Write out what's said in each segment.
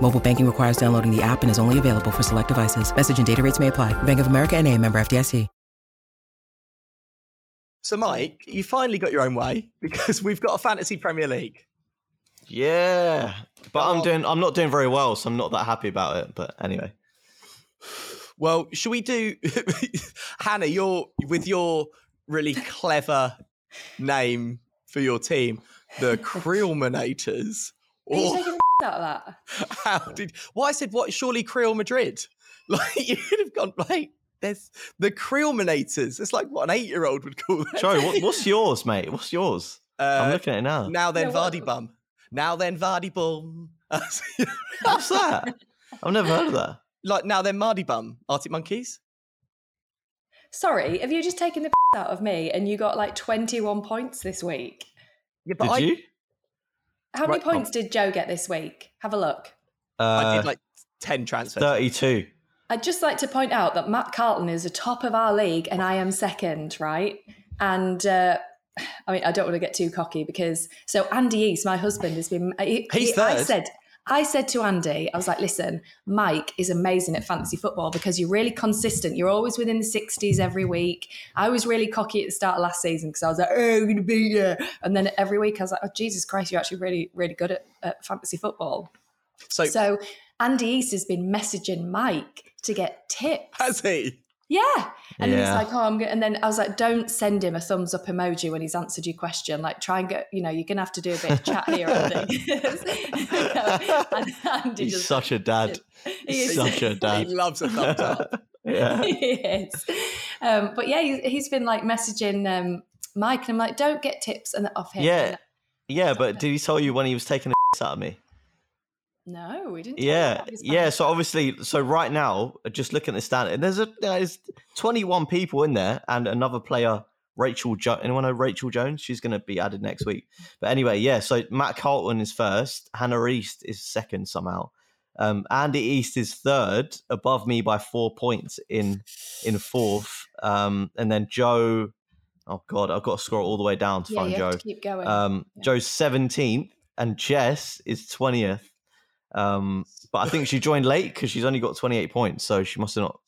Mobile banking requires downloading the app and is only available for select devices. Message and data rates may apply. Bank of America and a member FDIC. So, Mike, you finally got your own way because we've got a fantasy Premier League. Yeah, but I'm doing. I'm not doing very well, so I'm not that happy about it. But anyway, Well, should we do Hannah? Your with your really clever name for your team, the Creelmanators. Are you Or taking the out of that? how did? Well, I said what? Surely Creel Madrid. Like you'd have gone like there's the Creelmanators. It's like what an eight-year-old would call that. Joe, what, what's yours, mate? What's yours? I'm Uh, looking at it now. now then, Yeah, what- Vardy bum. Now then, Vardy bum. What's that? I've never heard of that. like now then, Mardy bum. Arctic Monkeys. Sorry, have you just taken the out of me and you got like 21 points this week? Yeah, Did I, you? How many Right, oh. points did Joe get this week? Have a look. I Uh, did like ten transfers. Thirty-two. I'd just like to point out that Matt Carlton is the top of our league and I am second, right? And uh, I mean, I don't want to get too cocky because so Andy East, my husband, has been. he- He's he- I third. said, I said to Andy, I was like, listen, Mike is amazing at fantasy football because you're really consistent. You're always within the 60s every week. I was really cocky at the start of last season because I was like, oh, I'm going to beat you. And then every week I was like, oh, Jesus Christ, you're actually really, really good at, at fantasy football. So, So Andy East has been messaging Mike to get tips. has he? Yeah. And then he's Yeah. like, oh, I'm going And then I was like, don't send him a thumbs up emoji when he's answered your question. Like, try and get, you know, you're going to have to do a bit of chat here. I think. and Andy He's just- such a dad. He is. such a He dad. loves a thumbs up. yeah. he is. Um, but yeah, he, he's been like messaging um, Mike and I'm like, don't get tips and off him. Yeah. Yeah, but did he tell you when he was taking the out of me? No, we didn't. tell him Yeah, about his yeah. bad- So obviously, so right now, uh, just looking at the stand, and there's a there's 21 people in there, and another player, Rachel. Jo- anyone know Rachel Jones? She's going to be added next week. But anyway, yeah. So Matt Carlton is first. Hannah East is second somehow. Um, Andy East is third, above me by four points in in fourth. Um, and then Joe. Oh God, I've got to scroll all the way down to yeah, find you Joe. have to keep going. Um, Yeah. Joe's seventeenth, and Jess is twentieth. Um, but I think she joined late because she's only got twenty-eight points, so she must have not.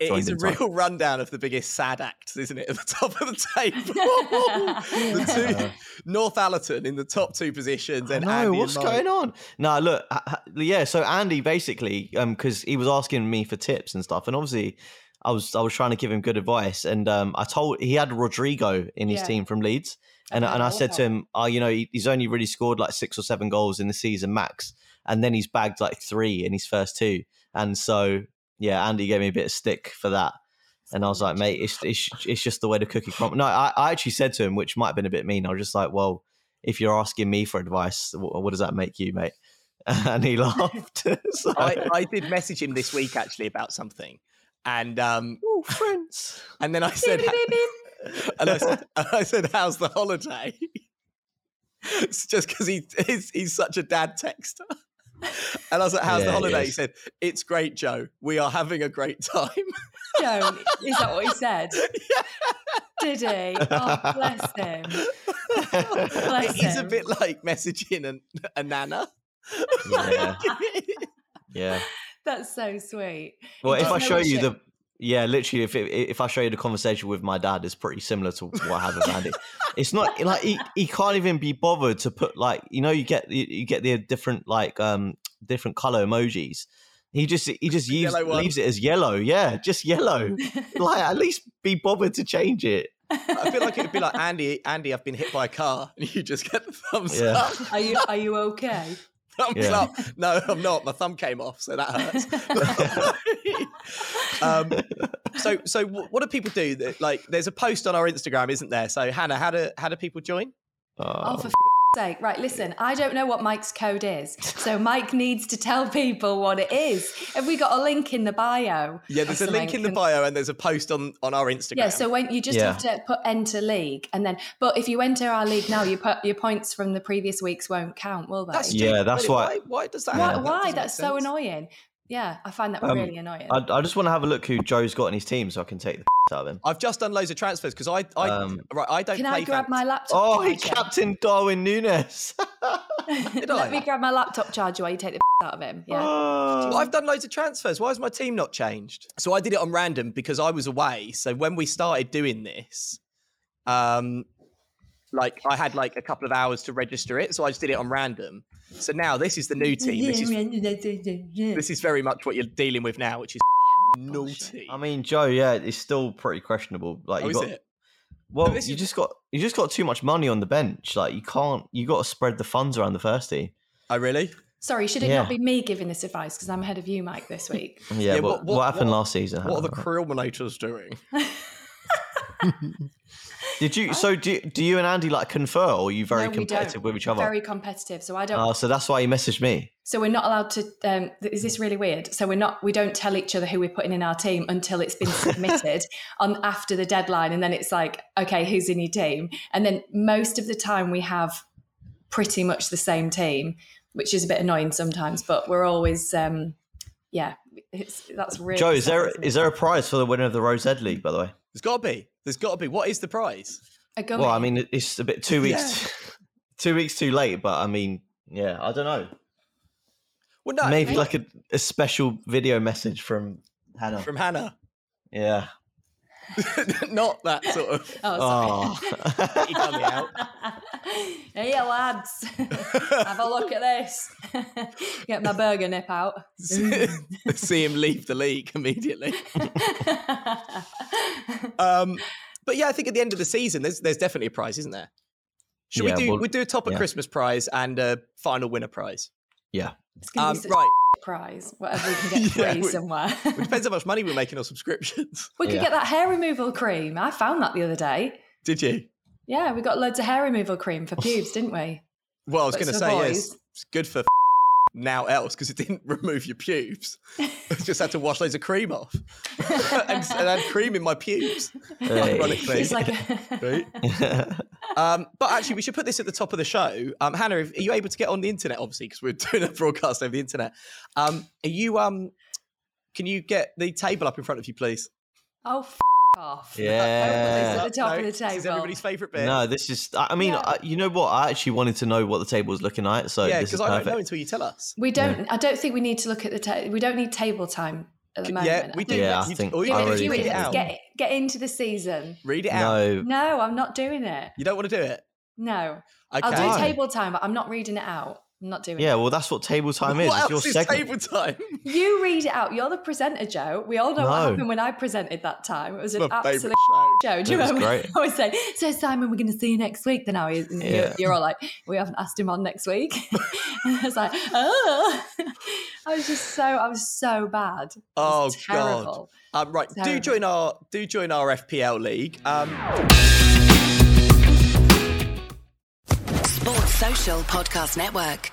It Joined is a in time. real rundown of the biggest sad acts, isn't it? At the top of the table, Uh. the two North Allerton in the top two positions, and no, Andy what's and going on? No, look, ha- ha- yeah. So Andy basically, because he was asking me for tips and stuff, and obviously, I was I was trying to give him good advice, and um, I told he had Rodrigo in his Yeah. team from Leeds, and Okay, and I wow. said to him, oh, you know, he, he's only really scored like six or seven goals in the season max, and then he's bagged like three in his first two, and so yeah, Andy gave me a bit of stick for that. And I was like, mate, it's, it's, it's just the way the cookie crumbles. No, I, I actually said to him, which might have been a bit mean. I was just like, well, if you're asking me for advice, what, what does that make you, mate? And he laughed. so, I, I did message him this week actually about something, and um, Ooh, friends. and then I said, Beep, beep, beep, beep. and I said, and I said, how's the holiday? It's just because he, he's he's such a dad texter. And I was like, how's Yeah, the it holiday? He is. said, it's great, Joe. We are having a great time. Joan, is that what he said? Did he? Oh, bless him. Bless it is a him. bit like messaging an, a nana. yeah. yeah. That's so sweet. Well, if doesn't I know show what you shape- the yeah, literally, if it, if I show you the conversation with my dad, it's pretty similar to what I had with Andy. it's not like he, he can't even be bothered to put like you know you get you, you get the different like um different color emojis. He just he just The used, yellow one. leaves it as yellow. Yeah, just yellow. like at least be bothered to change it. I feel like it would be like, Andy, Andy, I've been hit by a car. And you just get the thumbs Yeah. up. Are you are you okay? Thumbs Yeah. up. No, I'm not. My thumb came off, so that hurts. um, so, so wh- what do people do? That, like, there's a post on our Instagram, isn't there? So, Hannah, how do how do people join? Oh, Oh, for f- sake. Right, listen, I don't know what Mike's code is. So Mike needs to tell people what it is. Have we got a link in the bio? Yeah, there's Or a link something? in the Can- bio, and there's a post on on our Instagram. Yeah, so when you just have to put enter league and then but if you enter our league now, you put your points from the previous weeks won't count, will they? that's Yeah, stupid, that's really. why- why. Why does that? why, happen? That why? doesn't That's make so sense. annoying. Yeah, I find that Um, really annoying. I, I just want to have a look who Joe's got in his team so I can take the f- out of him. I've just done loads of transfers because I I Um, right I don't. Can play I grab fantasy. my laptop? Oh, he charger? Captain Darwin Nunes. Did I? Let me grab my laptop charger while you take the out of him. Yeah. Oh, Well, I've done loads of transfers. Why has my team not changed? So I did it on random because I was away. So when we started doing this, um, like I had like a couple of hours to register it, so I just did it on random. So now this is the new team. This is this is very much what you're dealing with now, which is naughty. I mean, Joe, yeah, it's still pretty questionable. Like, Oh, you is got, it? well, this you is- just got you just got too much money on the bench. Like, you can't. You got to spread the funds around the first team. Oh, really? Sorry, should it Yeah. not be me giving this advice because I'm ahead of you, Mike, this week? Yeah, Yeah, but what- what, what- happened what- last season? What are the Hannah? criminators doing? Did you? So do do you and Andy like confer, or are you very No, we don't. competitive with each other? Very competitive, so I don't. Oh, so that's why you messaged me. so we're not allowed to. Um, th- is this really weird? So we're not. We don't tell each other who we're putting in our team until it's been submitted on after the deadline, and then it's like, okay, who's in your team? And then most of the time we have pretty much the same team, which is a bit annoying sometimes, but we're always. Um, yeah, it's, that's really. Joe, is sad, there isn't it? is there a prize for the winner of the Rose Ed League? By the way, There's got to be. There's got to be. What is the prize? a gummy? well, I mean, it- it's a bit two weeks, two weeks too late. But I mean, yeah, I don't know. Well, no, Maybe like a, a special video message from Hannah. from Hannah. yeah. Not that sort of. oh, sorry. Oh. He done me out. Here, lads, have a look at this. Get my burger nip out. See him leave the league immediately. yeah, Um, but yeah, I think at the end of the season, there's there's definitely a prize, isn't there? Should Yeah, we do well, we do a top of yeah. Christmas prize and a final winner prize? it's Um, gonna be right, a prize. Whatever we can get free Yeah, we- somewhere. it depends how much money we're making on subscriptions. we could Yeah. get that hair removal cream. I found that the other day. Did you? Yeah, we got loads of hair removal cream for pubes, didn't we? Well, I was But going to it's say for yes. boys. It's good for now else because it didn't remove your pubes. I just had to wash loads of cream off and, and I had cream in my pubes. Hey. Ironically. It's like a- Right. Um, but actually, we should put this at the top of the show. Um, Hannah, if, are you able to get on the internet? Obviously, because we're doing a broadcast over the internet. Um, are you? Um, can you get the table up in front of you, please? oh, f- off. Yeah. At the No, top of the table. This is everybody's favourite bit. Uh, no, this is. I I mean, Yeah. I, you know what? I actually wanted to know what the table was looking like, so yeah, this is because I don't know perfect. until you tell us. We don't. I don't think we need to look at the. Ta- we don't need table time at the moment. yeah, I we do. think Yeah, let's I You- think all you I have to Let's already do is do it. think Get, it's Let's out. get get into the season. read it out. No, No, I'm not doing it. You don't want to do it. No, Okay. I'll Why? do table time, but I'm not reading it out. I'm not doing yeah. it. Well, that's what table time is. what it's your else is segment. table time? You read it out. You're the presenter, Joe. We all know what No. happened when I presented that time. It was an My absolute favourite show. show. Do you It was remember? great. I always say, "So Simon, we're going to see you next week." Then I, was- and you're, Yeah. you're all like, "We haven't asked him on next week." and I was like, "Oh," I was just so I was so bad. It Oh was god. terrible. Um, right, do Terrible. join our do join our FPL league. Um, Sports Social Podcast Network.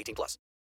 18 plus.